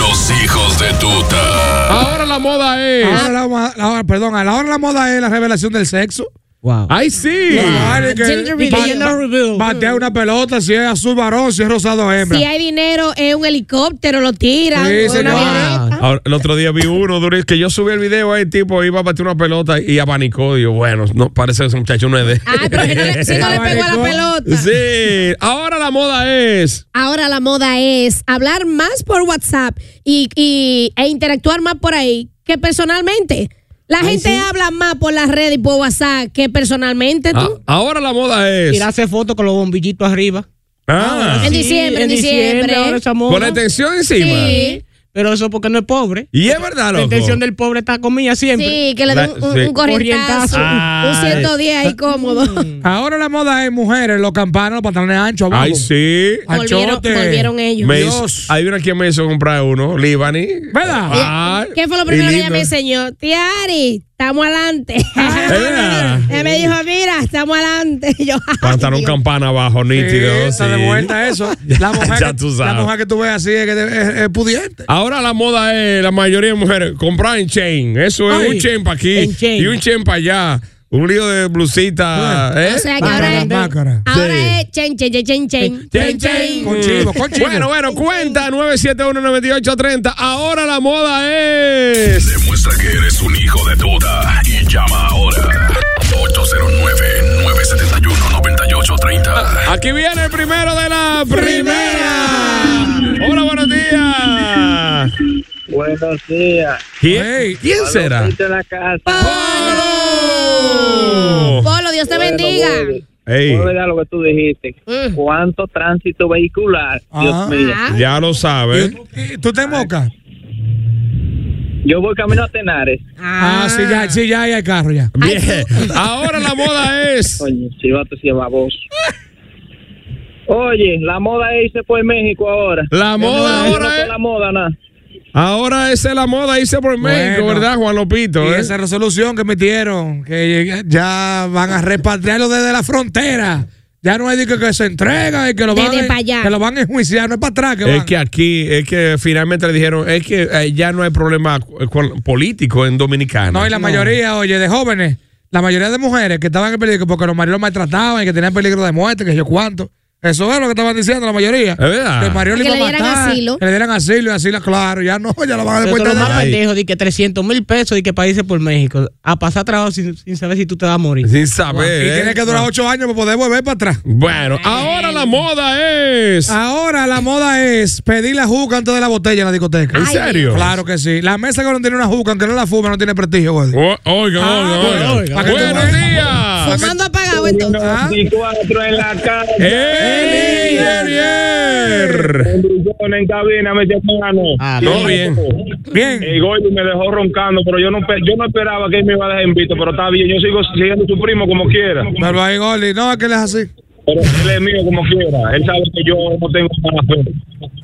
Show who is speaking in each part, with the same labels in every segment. Speaker 1: Los hijos de tuta.
Speaker 2: Ahora la moda es.
Speaker 3: Ahora la ma- la hora- perdón, a la hora de la moda es la revelación del sexo.
Speaker 4: Wow.
Speaker 2: ¡Ay, sí!
Speaker 3: Vale, que-
Speaker 5: Gender reveal.
Speaker 3: ba- ba-
Speaker 5: Gender reveal.
Speaker 3: Batea una pelota si es azul varón, si es rosado hembra.
Speaker 5: Si hay dinero, es un helicóptero, lo tiran.
Speaker 3: Sí,
Speaker 5: una
Speaker 3: señor.
Speaker 5: avioneta.
Speaker 2: Ahora, el otro día vi uno, Duris, que yo subí el video ahí, tipo, iba a batir una pelota y abanicó. Digo, bueno, no, parece que ese muchacho no es de.
Speaker 5: Ay, Ah, pero si no le, si no le pegó a la pelota.
Speaker 2: Sí, ahora la moda es.
Speaker 5: Ahora la moda es hablar más por WhatsApp y, y- e interactuar más por ahí que personalmente. La gente habla más por las redes y por WhatsApp que personalmente tú.
Speaker 2: A- ah, ahora la moda es.
Speaker 4: Tirarse fotos con los bombillitos arriba.
Speaker 2: Ah,
Speaker 5: En diciembre, en diciembre.
Speaker 4: ahora esa moda.
Speaker 2: con la extensión encima.
Speaker 5: Sí,
Speaker 4: Pero eso porque no es pobre.
Speaker 2: Y es verdad,
Speaker 4: La
Speaker 2: loco.
Speaker 4: intención del pobre está comida siempre.
Speaker 5: sí, que le
Speaker 2: La-
Speaker 5: den un,
Speaker 2: sí.
Speaker 5: un corrientazo.
Speaker 2: Corrientazo.
Speaker 5: Un 110 ahí cómodo.
Speaker 3: Ahora la moda es mujeres, los campanos, los pantalones anchos abajo.
Speaker 2: Ay, sí.
Speaker 5: Volvieron,
Speaker 3: Anchote.
Speaker 5: volvieron ellos.
Speaker 2: Me hizo-
Speaker 3: Dios.
Speaker 2: hay una que me hizo comprar uno, Libani.
Speaker 3: ¿Verdad?
Speaker 2: Ay,
Speaker 5: ¿Qué fue lo
Speaker 2: y
Speaker 5: primero que
Speaker 2: lindo.
Speaker 5: ella me enseñó? Tiari, estamos adelante.
Speaker 2: verdad?
Speaker 5: ella me dijo, mira, estamos adelante. Y Yo, ay,
Speaker 2: Pantalón
Speaker 5: Dios.
Speaker 2: campana abajo, nítido.
Speaker 3: está de
Speaker 2: sí.
Speaker 3: vuelta eso. La mujer,
Speaker 2: Ya
Speaker 3: que,
Speaker 2: tú
Speaker 3: la
Speaker 2: sabes.
Speaker 3: mujer que tú ves así es, que te- es- es pudiente.
Speaker 2: Ahora la moda es la mayoría de mujeres comprar en chain. Eso es
Speaker 4: Ay,
Speaker 2: un chain para aquí
Speaker 4: en chain.
Speaker 2: y un chain para allá. Un lío de blusita. ¿eh?
Speaker 5: O sea que
Speaker 3: Bácara,
Speaker 5: ahora es,
Speaker 3: bácara.
Speaker 5: ahora
Speaker 2: Sí.
Speaker 5: es chen, chen, chen, chen, chen.
Speaker 2: Chain, chain.
Speaker 3: Con chivo, con chivo.
Speaker 2: Bueno, bueno, cuenta 971-9830. Ahora la moda es.
Speaker 1: Demuestra que eres un hijo de tuta y llama ahora. 809-971-9830.
Speaker 2: Aquí viene el primero de la primera. Hola, buenos días.
Speaker 6: Buenos días.
Speaker 2: ¿Quién, quién será?
Speaker 6: Viste la casa.
Speaker 2: ¡Pablo!
Speaker 5: Polo, Dios te bendiga.
Speaker 2: Ey,
Speaker 6: Es verdad lo que tú dijiste.
Speaker 5: Mm.
Speaker 6: ¿Cuánto tránsito vehicular?
Speaker 3: Ah.
Speaker 6: Dios mío.
Speaker 5: Ah,
Speaker 2: ya lo sabes.
Speaker 3: ¿Y- y ¿Tú te mocas?
Speaker 6: Yo voy camino a Tenares.
Speaker 3: Ah, sí, ya, sí, ya hay el carro ya.
Speaker 2: Bien. Ahora la moda es.
Speaker 6: Coño, si va, te lleva vos. Oye, la moda es irse por México ahora.
Speaker 2: La moda
Speaker 6: Yo no
Speaker 2: ahora
Speaker 6: sé
Speaker 3: eh.
Speaker 2: es.
Speaker 6: la moda, nada.
Speaker 2: Ahora esa es la moda, hice por México,
Speaker 3: Bueno.
Speaker 2: ¿verdad, Juan Lopito?
Speaker 3: Y
Speaker 2: eh?
Speaker 3: esa resolución que metieron, que ya van a repatriarlo desde la frontera. Ya no es de que, que se entrega y que lo, van,
Speaker 5: Desde pa' allá.
Speaker 3: que lo van a enjuiciar, no es para atrás que
Speaker 2: Es
Speaker 3: van.
Speaker 2: que aquí, es que finalmente le dijeron, es que eh, ya no hay problema cu- con- político en Dominicana.
Speaker 3: No, y la mayoría, oye, de jóvenes, la mayoría de mujeres que estaban en peligro porque los maridos los maltrataban y que tenían peligro de muerte, que yo cuánto. Eso es lo que estaban diciendo la mayoría.
Speaker 2: Es verdad.
Speaker 3: Que el marido
Speaker 5: Que
Speaker 3: iba
Speaker 5: le
Speaker 3: a
Speaker 5: dieran
Speaker 3: matar,
Speaker 5: asilo.
Speaker 3: Que le dieran asilo y asilo, claro, ya no, ya lo van a
Speaker 4: Pero
Speaker 3: deportar
Speaker 4: lo
Speaker 3: de
Speaker 4: más
Speaker 3: nada.
Speaker 2: Ay.
Speaker 4: pendejo, di que 300 mil pesos, di que para irse por México. A pasar trabajo sin, sin saber si tú te vas a morir.
Speaker 2: Sin saber.
Speaker 3: Y
Speaker 2: eh.
Speaker 3: tiene que durar ocho años para poder volver para atrás.
Speaker 2: Bueno, ahora la moda es.
Speaker 3: Ahora la moda es pedir la juca antes de la botella en la discoteca.
Speaker 2: ¿En
Speaker 5: Ay,
Speaker 2: serio?
Speaker 3: Claro que sí. La mesa que no tiene una juca, aunque no la fume, no tiene prestigio, güey.
Speaker 2: O- Oh, Oiga,
Speaker 4: Ah,
Speaker 2: oiga,
Speaker 4: oiga,
Speaker 2: oiga.
Speaker 3: oiga.
Speaker 2: Buenos días.
Speaker 5: Fumando apagado entonces.
Speaker 3: Ah.
Speaker 6: 24 en la calle.
Speaker 2: El ingenier.
Speaker 6: Un brillón en cabina, mi hermano.
Speaker 4: Ah,
Speaker 2: Todo bien.
Speaker 3: Bien.
Speaker 6: El Goyo me dejó roncando, pero yo no, pe- yo no esperaba que él me iba a dejar invito, pero está bien, yo sigo siguiendo a su primo como quiera.
Speaker 3: Pero ahí, Goli, no, es que él es así.
Speaker 6: Pero él es mío como quiera. Él sabe que yo no tengo mala fe.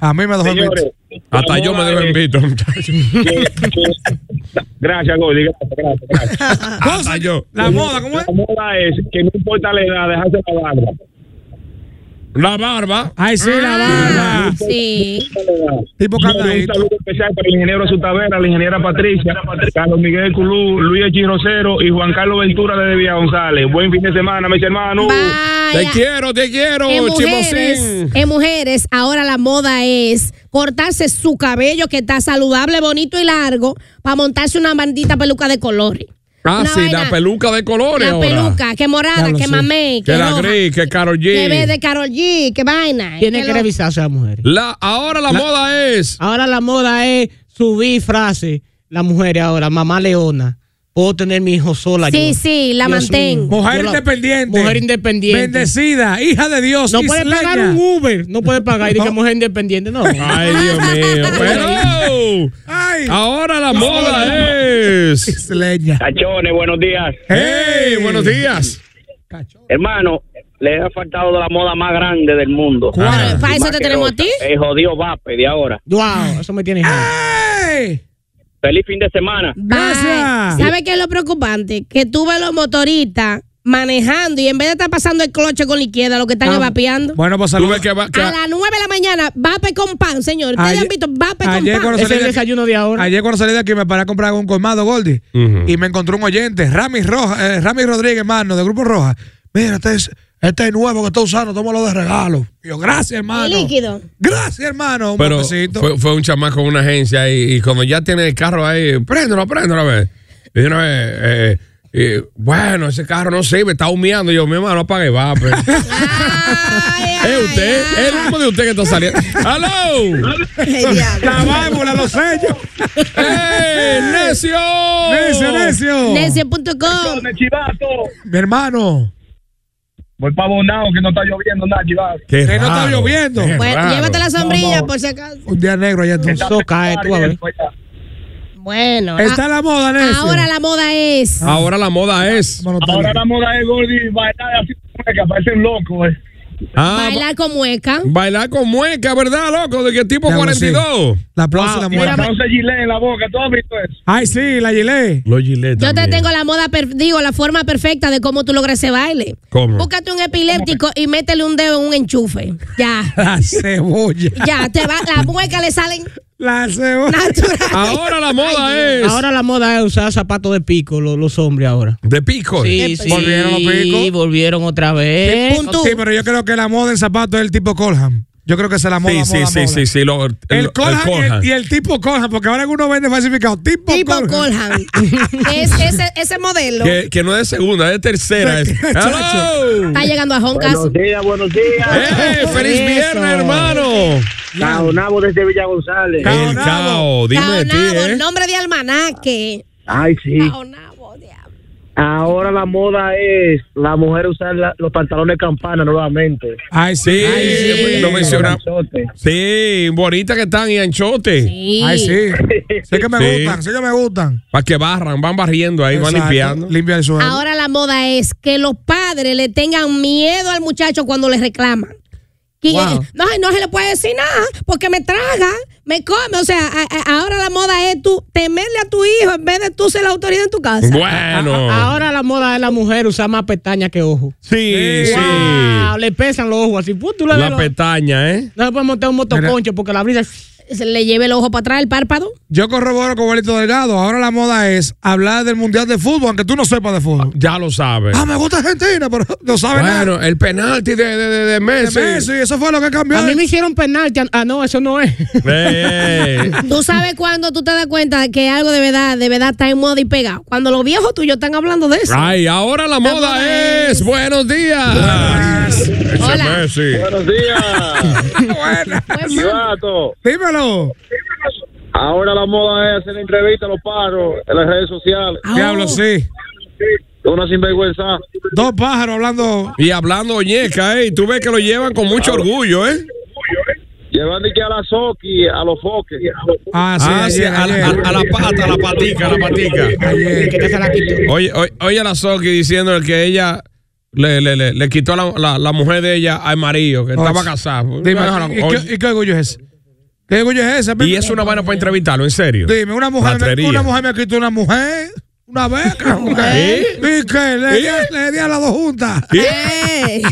Speaker 3: A mí me dejó el
Speaker 6: Señores,
Speaker 2: Hasta
Speaker 6: la
Speaker 2: yo me
Speaker 6: boda
Speaker 2: debo
Speaker 6: es-
Speaker 2: invito, muchachos.
Speaker 6: que- que- Gracias, Gordy. Gracias, gracias. gracias.
Speaker 2: Hasta yo.
Speaker 3: La moda, ¿cómo es?
Speaker 6: La moda es que no importa la edad, dejarse la barba.
Speaker 2: La barba.
Speaker 3: Ay, sí, la barba.
Speaker 5: Ah, Sí.
Speaker 3: Tipo
Speaker 6: Un
Speaker 3: candadito.
Speaker 6: saludo especial para el ingeniero Sutavera, la ingeniera Patricia, Carlos Miguel Culú, Luis Echi Rosero y Juan Carlos Ventura de Villa González. Buen fin de semana, mis hermanos.
Speaker 2: Te
Speaker 5: Vaya.
Speaker 2: quiero, te quiero,
Speaker 5: En mujeres,
Speaker 2: chimosín.
Speaker 5: en mujeres, ahora la moda es cortarse su cabello que está saludable, bonito y largo, para montarse una bandita peluca de colores.
Speaker 2: Ah,
Speaker 5: Una
Speaker 2: sí, la
Speaker 5: vaina-
Speaker 2: peluca de colores.
Speaker 5: La
Speaker 2: ahora.
Speaker 5: peluca, que morada,
Speaker 3: Diablo,
Speaker 5: que
Speaker 3: sí.
Speaker 5: mamé, que,
Speaker 2: Que la
Speaker 5: roja,
Speaker 2: gris, que Karol G.
Speaker 5: que verde, Carol G, que vaina.
Speaker 4: Tienen que
Speaker 5: lo-
Speaker 4: revisarse las mujeres.
Speaker 2: La, ahora la, moda es.
Speaker 4: Ahora la moda es subir frases. Las mujeres ahora, mamá leona. Puedo tener mi hijo sola.
Speaker 5: Sí,
Speaker 4: yo.
Speaker 5: sí, la
Speaker 4: Dios
Speaker 5: mantengo.
Speaker 4: mío.
Speaker 3: Mujer
Speaker 4: Yo la-
Speaker 3: independiente.
Speaker 4: Mujer independiente.
Speaker 3: Bendecida, hija de Dios.
Speaker 4: No puede
Speaker 3: isleña.
Speaker 4: pagar un Uber. No puede pagar. Y dice mujer independiente. No.
Speaker 3: Ah.
Speaker 2: Ay, Dios mío. Pero.
Speaker 3: Ay,
Speaker 2: Ahora la moda es.
Speaker 3: isleña.
Speaker 6: Cachones, buenos días.
Speaker 2: Hey, buenos días.
Speaker 6: Hermano, le ha faltado la moda más grande del mundo.
Speaker 3: Ah.
Speaker 5: Pero para eso te tenemos a ti.
Speaker 6: Eh, jodido vape de ahora.
Speaker 4: Wow, eso me tiene.
Speaker 3: Ah. Ay,
Speaker 6: Feliz fin de semana.
Speaker 3: Gracias.
Speaker 5: Bye. ¿Sabe qué es lo preocupante? Que tú ves los motoristas manejando y en vez de estar pasando el cloche con la izquierda, lo que
Speaker 3: Ah.
Speaker 5: están evapeando.
Speaker 3: Bueno, pues
Speaker 2: Tú ves
Speaker 3: saludos.
Speaker 2: que va- que-
Speaker 5: A las 9 de la mañana, vape con pan, señor. Ustedes
Speaker 3: Ayer-
Speaker 5: han visto vape con
Speaker 3: ayer
Speaker 5: pan.
Speaker 3: cuando
Speaker 4: Ese es
Speaker 3: salí
Speaker 4: el
Speaker 3: de aquí-
Speaker 4: desayuno de ahora.
Speaker 3: Ayer cuando salí de aquí me paré a comprar un colmado, Goldie,
Speaker 2: Ujú.
Speaker 3: y me encontró un oyente, Rami, Roja, eh, Rami Rodríguez, hermano, de Grupo Roja. Mira, este es, este es nuevo que está usando, tómalo de regalo. Y yo, gracias, hermano.
Speaker 5: Y líquido.
Speaker 3: Gracias, hermano. Un
Speaker 2: Pero
Speaker 3: botecito.
Speaker 2: fue, fue un chamaco en una agencia y, y cuando ya tiene el carro ahí, préndelo, préndelo a ver. Y de una vez, eh, eh, bueno, ese carro no sirve, está humeando. Y yo, mi hermano, apague, va. pues.
Speaker 5: Ay, ay,
Speaker 2: Es usted,
Speaker 5: ay.
Speaker 2: es el mismo de usted que está saliendo. ¡Aló!
Speaker 5: Ay, diablo.
Speaker 3: La válvula, los sellos.
Speaker 2: ¡Ey, ¡Eh,
Speaker 3: ¡Eh!
Speaker 2: necio!
Speaker 4: Oh.
Speaker 3: necio, necio.
Speaker 5: Necio.com.
Speaker 6: Chivato.
Speaker 3: Mi hermano.
Speaker 6: Voy para Bonao, que no está lloviendo nada, Chivato.
Speaker 3: Que
Speaker 2: Qué
Speaker 3: no está
Speaker 2: raro,
Speaker 3: lloviendo.
Speaker 2: qué
Speaker 5: Bueno,
Speaker 2: raro.
Speaker 5: llévate la sombrilla por si acaso.
Speaker 3: Un día negro allá entonces.
Speaker 4: Eso cae, tú a ver.
Speaker 5: Bueno.
Speaker 3: Está
Speaker 5: a-
Speaker 3: la moda, necio.
Speaker 5: Ah, ahora la moda es.
Speaker 2: Ahora la moda es.
Speaker 3: Bueno, está
Speaker 6: Ahora
Speaker 3: bien.
Speaker 6: la moda es Gordy bailar así que parece un loco. Eh.
Speaker 2: Ah,
Speaker 5: Bailar con mueca.
Speaker 2: Bailar con mueca, ¿verdad, loco? ¿De qué tipo
Speaker 3: Ya, bueno,
Speaker 2: 42?
Speaker 3: sí. La plaza de la
Speaker 6: Y
Speaker 3: muerte.
Speaker 6: entonces gilet en la boca. ¿Tú has visto eso?
Speaker 3: Ay, sí, la Gillette.
Speaker 2: Los gilet
Speaker 5: Yo te
Speaker 2: también.
Speaker 5: tengo la moda, per- digo, la forma perfecta de cómo tú logras ese baile.
Speaker 2: ¿Cómo?
Speaker 5: Búscate un epiléptico y métele un dedo en un enchufe. Ya.
Speaker 3: La cebolla.
Speaker 5: Ya, te va, las muecas le salen
Speaker 3: La cebolla.
Speaker 5: naturales.
Speaker 2: Ahora la moda es.
Speaker 4: Ahora la moda es usar zapatos de pico, lo- los, hombres ahora.
Speaker 2: De pico.
Speaker 3: ¿Volvieron los picos?
Speaker 4: volvieron otra vez.
Speaker 5: Punto.
Speaker 3: Sí, pero yo creo que la moda en zapatos es el tipo Colham. Yo creo que esa es la moda.
Speaker 2: Sí, sí,
Speaker 3: moda,
Speaker 2: sí,
Speaker 3: moda.
Speaker 2: sí, sí, lo- el,
Speaker 3: El Colham, y el-
Speaker 2: Colhan.
Speaker 3: Y, el, tipo Colham, porque ahora uno vende falsificado. Tipo,
Speaker 5: Tipo
Speaker 3: Colham.
Speaker 5: Colhan. es, ese, ese modelo
Speaker 2: que, que no es de segunda, es de tercera. es-
Speaker 3: Chacho.
Speaker 2: ¡Hello!
Speaker 5: está llegando a Honkas.
Speaker 6: días, buenos días.
Speaker 2: ¡Eh, ¡Feliz
Speaker 4: Eso.
Speaker 2: viernes, hermano!
Speaker 6: Caonabo desde Villa González.
Speaker 2: El
Speaker 3: Caonabo.
Speaker 2: cao, dime de ti,
Speaker 5: Caonabo,
Speaker 2: ¿eh?
Speaker 5: nombre de almanaque.
Speaker 6: Ay, sí.
Speaker 5: Caonabo, diablo.
Speaker 6: Ahora la moda es la mujer usar la- los pantalones campana nuevamente.
Speaker 3: Ay, sí.
Speaker 2: Sí, lo mencionamos.
Speaker 6: Panzote.
Speaker 2: Sí, bonitas que están y anchote.
Speaker 5: Sí.
Speaker 3: Ay, sí. Sí que me
Speaker 2: Sí.
Speaker 3: gustan, sí que me gustan.
Speaker 2: Para que barran, van barriendo ahí, van
Speaker 3: Exacto.
Speaker 2: limpiando.
Speaker 3: Limpia el suelo.
Speaker 5: Ahora la moda es que los padres le tengan miedo al muchacho cuando le reclaman. Que-
Speaker 3: Wow.
Speaker 5: no, no se le puede decir nada porque me traga, me come. O sea, a- a- ahora la moda es tú temerle a tu hijo en vez de tú ser la autoridad en tu casa.
Speaker 2: Bueno.
Speaker 4: Ahora la moda es la mujer usar más pestañas que ojos.
Speaker 2: Sí, sí.
Speaker 4: Wow, le pesan los ojos así. Pum, tú le ves
Speaker 2: La
Speaker 4: los-
Speaker 2: pestaña, ¿eh?
Speaker 4: no se puede montar un motoconcho porque la brisa.
Speaker 5: Se le lleve el ojo para atrás, el párpado.
Speaker 3: Yo corroboro con Belito Delgado. Ahora la moda es hablar del mundial de fútbol, aunque tú no sepas de fútbol.
Speaker 2: Ya lo sabes.
Speaker 3: Ah, me gusta Argentina, pero no sabes nada.
Speaker 2: Bueno, el penalti de, de, de, de
Speaker 3: De
Speaker 2: Messi.
Speaker 3: Messi, eso fue lo que cambió.
Speaker 4: A mí me hicieron penalti. Ah, no, eso no es.
Speaker 2: Eh,
Speaker 5: Tú sabes cuando tú te das cuenta que algo de verdad, de verdad está en moda y pegado. Cuando los viejos tuyos están hablando de eso.
Speaker 2: Ay, ahora la moda,
Speaker 5: moda
Speaker 2: es.
Speaker 5: es.
Speaker 2: Buenos días. Ese
Speaker 5: Hola.
Speaker 2: Messi.
Speaker 6: Buenos días.
Speaker 3: Buena.
Speaker 6: Chivato.
Speaker 2: Oh.
Speaker 3: Dímelo.
Speaker 6: Ahora la moda es hacer entrevistas a los paros en las redes sociales.
Speaker 5: Pues,
Speaker 3: Diablo, sí.
Speaker 6: Una sinvergüenza.
Speaker 3: Dos pájaros hablando.
Speaker 2: Y hablando ñeca, ¿eh? Y Tú ves que lo llevan con mucho orgullo, ¿eh?
Speaker 6: Llevando que a la Soki, a los foques.
Speaker 3: Ah, sí,
Speaker 2: Ah, sí,
Speaker 3: ayer,
Speaker 2: a, la-
Speaker 3: ayer.
Speaker 2: a- a la pata, a la patica, a la patica.
Speaker 3: Ayer.
Speaker 4: que se la quitó.
Speaker 2: Oye, oye, oye a la Soki diciendo que ella le, le, le, le quitó la, la, la mujer de ella al marido, que
Speaker 3: No,
Speaker 2: estaba
Speaker 3: es-
Speaker 2: casado.
Speaker 3: Dime,
Speaker 2: Oye,
Speaker 3: ¿y, qué, y qué orgullo es ese? ¿Qué orgullo es ese?
Speaker 2: y es una vaina para entrevistarlo, en serio.
Speaker 3: Dime, una mujer, me,
Speaker 2: Matrería.
Speaker 3: una mujer me quitó una mujer, una beca.
Speaker 2: ¿Eh?
Speaker 3: ¿Y qué? Le, di,
Speaker 2: ¿Eh?
Speaker 3: le di a las dos juntas.
Speaker 5: Ey.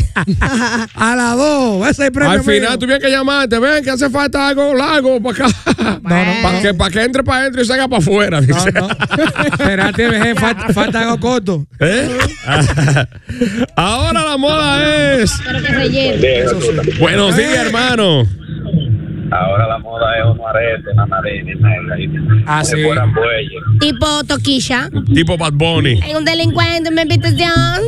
Speaker 3: A las dos. Ese es el premio
Speaker 2: Al final
Speaker 3: mío.
Speaker 2: tuvieron que llamarte, ven que hace falta algo largo para acá. para que, pa' que entre para adentro y salga para afuera.
Speaker 3: No,
Speaker 2: dice.
Speaker 3: no. Espérate, veje, falta, falta algo corto.
Speaker 2: ¿Eh? Ahora la moda es. Buenos días, hermano.
Speaker 6: Ahora la moda es un arete, una nariz,
Speaker 3: Ah, sí.
Speaker 5: tipo toquilla.
Speaker 2: Tipo Bad Bunny.
Speaker 5: Hay un delincuente en mi habitación.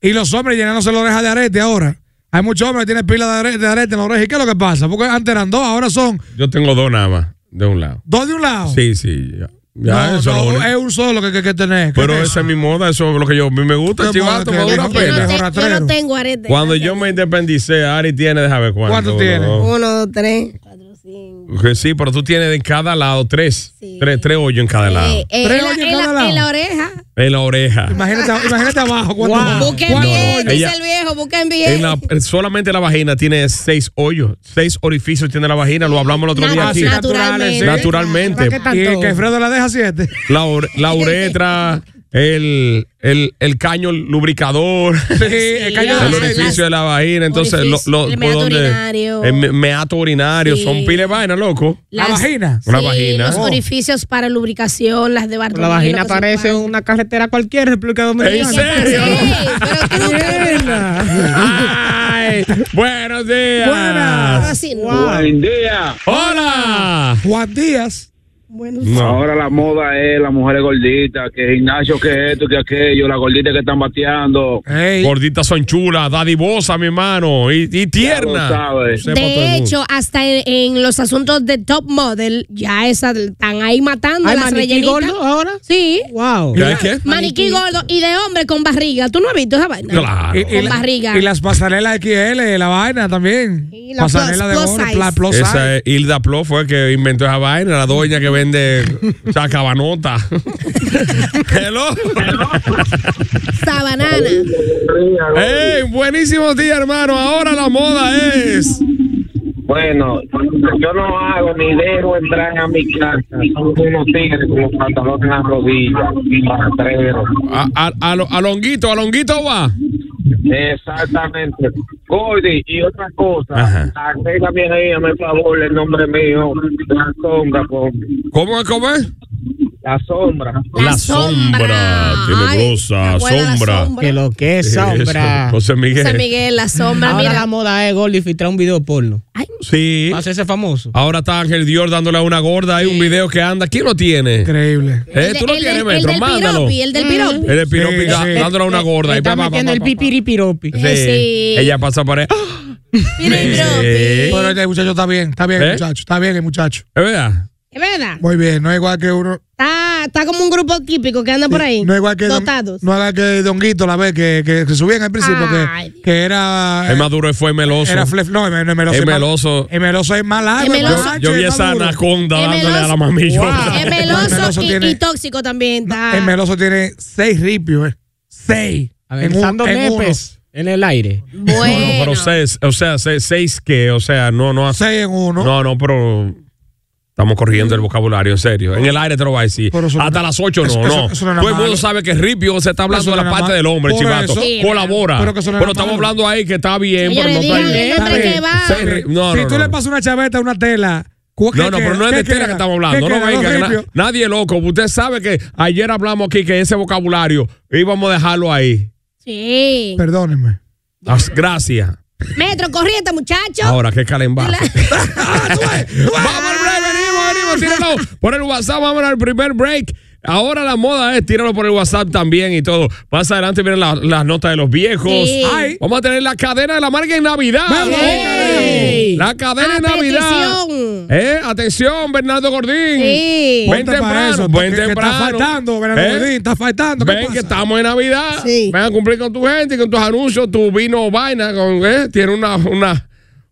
Speaker 3: Y los hombres llenándose la oreja de arete ahora. Hay muchos hombres que tienen pila de arete, de arete en la oreja. ¿Y qué es lo que pasa? Porque antes eran dos, ahora son
Speaker 2: Yo tengo dos nada más, de un lado.
Speaker 3: dos de un lado.
Speaker 2: Sí, sí. Ya, ya,
Speaker 3: No,
Speaker 2: eso es lo
Speaker 3: no,
Speaker 2: único.
Speaker 3: es un solo que, que, que tenés.
Speaker 2: Pero esa es mi moda, eso es lo que yo a mí me gusta,
Speaker 3: Qué moda
Speaker 2: chivato,
Speaker 3: que
Speaker 2: me
Speaker 3: eres,
Speaker 2: dura
Speaker 3: hombre.
Speaker 5: Yo
Speaker 2: pena.
Speaker 5: no, te- yo
Speaker 3: rastrero.
Speaker 5: no tengo arete.
Speaker 2: Cuando yo me independicé, Ari tiene, déjame ver cuánto.
Speaker 3: ¿Cuánto tiene?
Speaker 2: no.
Speaker 5: Uno, dos, tres, cuatro, cinco.
Speaker 2: Que Sí, pero tú tienes de cada lado tres.
Speaker 5: Oh. Sí.
Speaker 2: Tres, tres hoyos en cada lado.
Speaker 5: Eh, eh, en,
Speaker 3: Tres
Speaker 5: la,
Speaker 3: hoyos
Speaker 5: en
Speaker 3: cada
Speaker 5: la-
Speaker 3: lado.
Speaker 5: en la oreja.
Speaker 2: En la oreja.
Speaker 3: Imagínate, imagínate abajo. ¿cuánto-
Speaker 5: Busquen
Speaker 3: cuánto-
Speaker 5: bien, dice
Speaker 2: Ah. Ella-
Speaker 5: el viejo, busquen bien.
Speaker 2: En la- solamente la vagina tiene seis hoyos, seis orificios tiene la vagina, lo hablamos el otro día
Speaker 5: Nat-
Speaker 2: aquí.
Speaker 5: naturalmente.
Speaker 2: Naturalmente.
Speaker 3: Y que Fredo la deja siete.
Speaker 2: La, ure- la uretra, el, el, el caño lubricador.
Speaker 3: el caño
Speaker 5: ya.
Speaker 2: el
Speaker 5: las-
Speaker 2: orificio de la vagina, entonces
Speaker 5: orificio,
Speaker 2: lo- lo-
Speaker 5: el
Speaker 2: por
Speaker 5: meato
Speaker 2: donde-
Speaker 5: urinario.
Speaker 2: el me- meato urinario,
Speaker 5: Sí.
Speaker 2: son pile de vaina, loco.
Speaker 3: La
Speaker 5: Las-
Speaker 3: vagina.
Speaker 2: Una
Speaker 5: sí,
Speaker 2: vagina.
Speaker 5: Los
Speaker 2: Oh.
Speaker 5: orificios para lubricación, las de Bartolomé.
Speaker 4: La vagina
Speaker 5: lo que
Speaker 4: parece
Speaker 5: se pueda.
Speaker 4: una carretera cualquiera en República
Speaker 2: ¿En
Speaker 4: Dominicana.
Speaker 2: serio?
Speaker 5: Sí, pero tú no te-
Speaker 2: Ay, buenos días.
Speaker 5: Ah, sí, no.
Speaker 6: Buen día.
Speaker 2: Hola.
Speaker 3: Juan Díaz.
Speaker 2: Ah.
Speaker 6: Ahora la moda es las mujeres gorditas, que gimnasio, que esto, que aquello, las gorditas que están bateando.
Speaker 3: Ey.
Speaker 2: Gorditas son chulas, dadivosa, mi hermano, y, y
Speaker 6: Ya
Speaker 2: tierna.
Speaker 6: lo sabes.
Speaker 2: Sepa todo el
Speaker 5: De
Speaker 2: mundo.
Speaker 5: hecho, hasta en, en los asuntos de top model, ya esas están ahí matando a
Speaker 4: ¿Hay
Speaker 5: las
Speaker 4: maniquí
Speaker 5: rellenitas.
Speaker 4: gordo ahora?
Speaker 5: Sí.
Speaker 4: Wow.
Speaker 2: ¿Ya es qué?
Speaker 5: Maniquí gordo y de hombre con barriga. ¿Tú no has visto esa vaina?
Speaker 2: Claro.
Speaker 5: Con barriga.
Speaker 3: y las pasarelas XL, la vaina también.
Speaker 5: Y la
Speaker 3: Pasarela
Speaker 5: plus-
Speaker 3: de
Speaker 5: plus
Speaker 3: oro,
Speaker 5: size.
Speaker 3: pla- plus size.
Speaker 2: Esa es Hilda Plo fue el que inventó esa vaina, la doña que vende chacabanota. Hello.
Speaker 5: Sabanana.
Speaker 2: ¡Ey! Buenísimos días, hermano. Ahora la moda es.
Speaker 6: Bueno, yo no hago ni dejo entrar a mi casa. Son unos tigres con los pantalones en las rodillas, rastreros.
Speaker 2: A, a, a lo- a Longuito, a Longuito va.
Speaker 6: Exactamente. Gordy, y otra cosa,
Speaker 2: Ajá.
Speaker 6: agrega bien ahí, a mi favor, el nombre mío, la pues. sombra, por
Speaker 2: ¿Cómo es, cómo es?
Speaker 6: la sombra.
Speaker 2: La sombra, tenebrosa,
Speaker 5: Ay, abuela, la
Speaker 2: sombra.
Speaker 4: Que lo que es, sombra.
Speaker 2: Eso, pues, José
Speaker 5: San
Speaker 2: Miguel.
Speaker 5: Miguel, la sombra,
Speaker 4: Ahora
Speaker 5: mira.
Speaker 4: la moda es Gordy filtrar un video porno.
Speaker 2: Sí.
Speaker 4: Va a hacerse famoso.
Speaker 2: Ahora está Ángel Dior dándole a una gorda. Hay un video que anda. ¿Quién lo tiene?
Speaker 3: Increíble.
Speaker 2: ¿Eh? ¿Tú lo
Speaker 5: el,
Speaker 2: tienes,
Speaker 5: del- el
Speaker 2: Metro?
Speaker 5: del
Speaker 2: Mándalo.
Speaker 5: piropi, el del piropi.
Speaker 2: Eres piropi
Speaker 3: Sí,
Speaker 2: da-
Speaker 3: sí.
Speaker 2: dándole a una gorda.
Speaker 4: Eh, Le
Speaker 2: Ahí,
Speaker 4: está
Speaker 2: pa, pa, pa,
Speaker 4: metiendo el
Speaker 2: pa, pa.
Speaker 4: pipiripiropi.
Speaker 2: Sí.
Speaker 5: Sí.
Speaker 2: Ella pasa por ahí.
Speaker 4: Mm.
Speaker 5: Piripiropi.
Speaker 3: Pero este muchacho está bien, está bien
Speaker 2: ¿Eh?
Speaker 3: el muchacho, está bien el muchacho.
Speaker 2: ¿Es verdad?
Speaker 5: Es verdad.
Speaker 2: eh.
Speaker 3: Muy bien, no es igual que uno.
Speaker 5: Está, está como un grupo típico que anda por ahí.
Speaker 3: No es igual que. Don-
Speaker 5: Dotados.
Speaker 3: no es igual que Don Guito, la vez que, que, que subían al principio,
Speaker 5: Ay,
Speaker 3: que, que era.
Speaker 2: Es maduro, fue meloso.
Speaker 3: Era flef, no, es meloso.
Speaker 2: Es
Speaker 3: más-
Speaker 2: meloso.
Speaker 3: Es meloso es más largo.
Speaker 5: Es
Speaker 3: es
Speaker 5: meloso.
Speaker 3: más ancho,
Speaker 2: Yo vi
Speaker 3: es
Speaker 2: esa
Speaker 3: más duro.
Speaker 2: anaconda
Speaker 5: Es
Speaker 2: dándole a la
Speaker 5: meloso.
Speaker 2: mamillona.
Speaker 3: Wow.
Speaker 5: Es
Speaker 3: El
Speaker 5: meloso
Speaker 3: meloso
Speaker 5: y,
Speaker 3: tiene-
Speaker 5: y tóxico también. Está.
Speaker 3: El meloso tiene seis ripios, eh. Seis.
Speaker 4: Aventando nepes en el aire.
Speaker 2: No, no,
Speaker 5: Bueno.
Speaker 2: pero seis, o sea, seis, seis que, o sea, no, no hace.
Speaker 3: Seis en uno.
Speaker 2: No, no, pero estamos corrigiendo el vocabulario, en serio. En el aire te lo va a decir.
Speaker 3: Pero eso no-
Speaker 2: Hasta las ocho no,
Speaker 3: eso-
Speaker 2: no.
Speaker 3: eso- eso no era
Speaker 2: Todo el mundo
Speaker 3: malo.
Speaker 2: sabe que Ripio se está hablando
Speaker 3: Eso
Speaker 2: de
Speaker 3: no
Speaker 2: la
Speaker 3: era
Speaker 2: parte
Speaker 3: malo.
Speaker 2: del hombre,
Speaker 3: Por
Speaker 2: chivato.
Speaker 3: eso. Sí,
Speaker 2: Colabora.
Speaker 3: pero
Speaker 2: Pero,
Speaker 3: que eso no era
Speaker 2: estamos
Speaker 3: malo.
Speaker 2: hablando ahí que está bien, pero no
Speaker 5: Señores,
Speaker 2: está
Speaker 5: díganle
Speaker 2: bien.
Speaker 5: el hombre que va.
Speaker 2: Seis ri- no,
Speaker 3: si
Speaker 2: no,
Speaker 3: tú
Speaker 2: no.
Speaker 3: le pasas una chaveta, una tela. ¿cu-
Speaker 2: No,
Speaker 3: qué
Speaker 2: no,
Speaker 3: queda?
Speaker 2: pero no es
Speaker 3: ¿Qué
Speaker 2: de tela
Speaker 3: queda?
Speaker 2: que estamos
Speaker 3: ¿Qué
Speaker 2: hablando. No
Speaker 3: queda?
Speaker 2: venga,
Speaker 3: Dos
Speaker 2: que na-
Speaker 3: ripios.
Speaker 2: nadie es loco. Usted sabe que ayer hablamos aquí que ese vocabulario íbamos a dejarlo ahí.
Speaker 5: Sí.
Speaker 3: Perdónenme.
Speaker 2: As- Gracias.
Speaker 5: Metro, corriente, muchacho.
Speaker 2: Ahora, qué calembazo.
Speaker 5: Ah,
Speaker 2: vamos al break, venimos, venimos, tíralo por el WhatsApp, vamos al primer break. Ahora la moda es tíralo por el WhatsApp también y todo. Más adelante vienen la- las notas de los viejos.
Speaker 5: Sí.
Speaker 2: Ay, vamos a tener la cadena de la marca en Navidad.
Speaker 4: Ah,
Speaker 5: Ey.
Speaker 2: La cadena
Speaker 5: A
Speaker 2: en Navidad.
Speaker 5: petición.
Speaker 2: Eh, atención, Bernardo Gordín.
Speaker 5: Sí.
Speaker 3: Ponte
Speaker 2: Ven
Speaker 3: para
Speaker 2: temprano,
Speaker 3: eso,
Speaker 2: ven
Speaker 3: porque- que
Speaker 2: temprano.
Speaker 3: Está faltando,
Speaker 2: ¿Eh?
Speaker 3: Bernardo Godín, está faltando. ¿Qué
Speaker 2: Ven
Speaker 3: pasa?
Speaker 2: que estamos en Navidad.
Speaker 5: Sí.
Speaker 2: Ven a cumplir con tu gente, con tus anuncios, tu vino vaina. Con, eh, tiene una, una,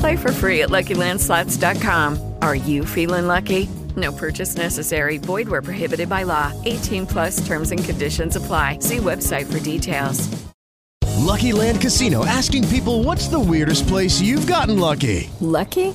Speaker 7: Play for free at LuckyLandSlots.com. Are you feeling lucky? No purchase necessary. Void where prohibited by law. 18 plus terms and conditions apply. See website for details.
Speaker 8: Lucky Land Casino asking people what's the weirdest place you've gotten lucky?
Speaker 9: Lucky?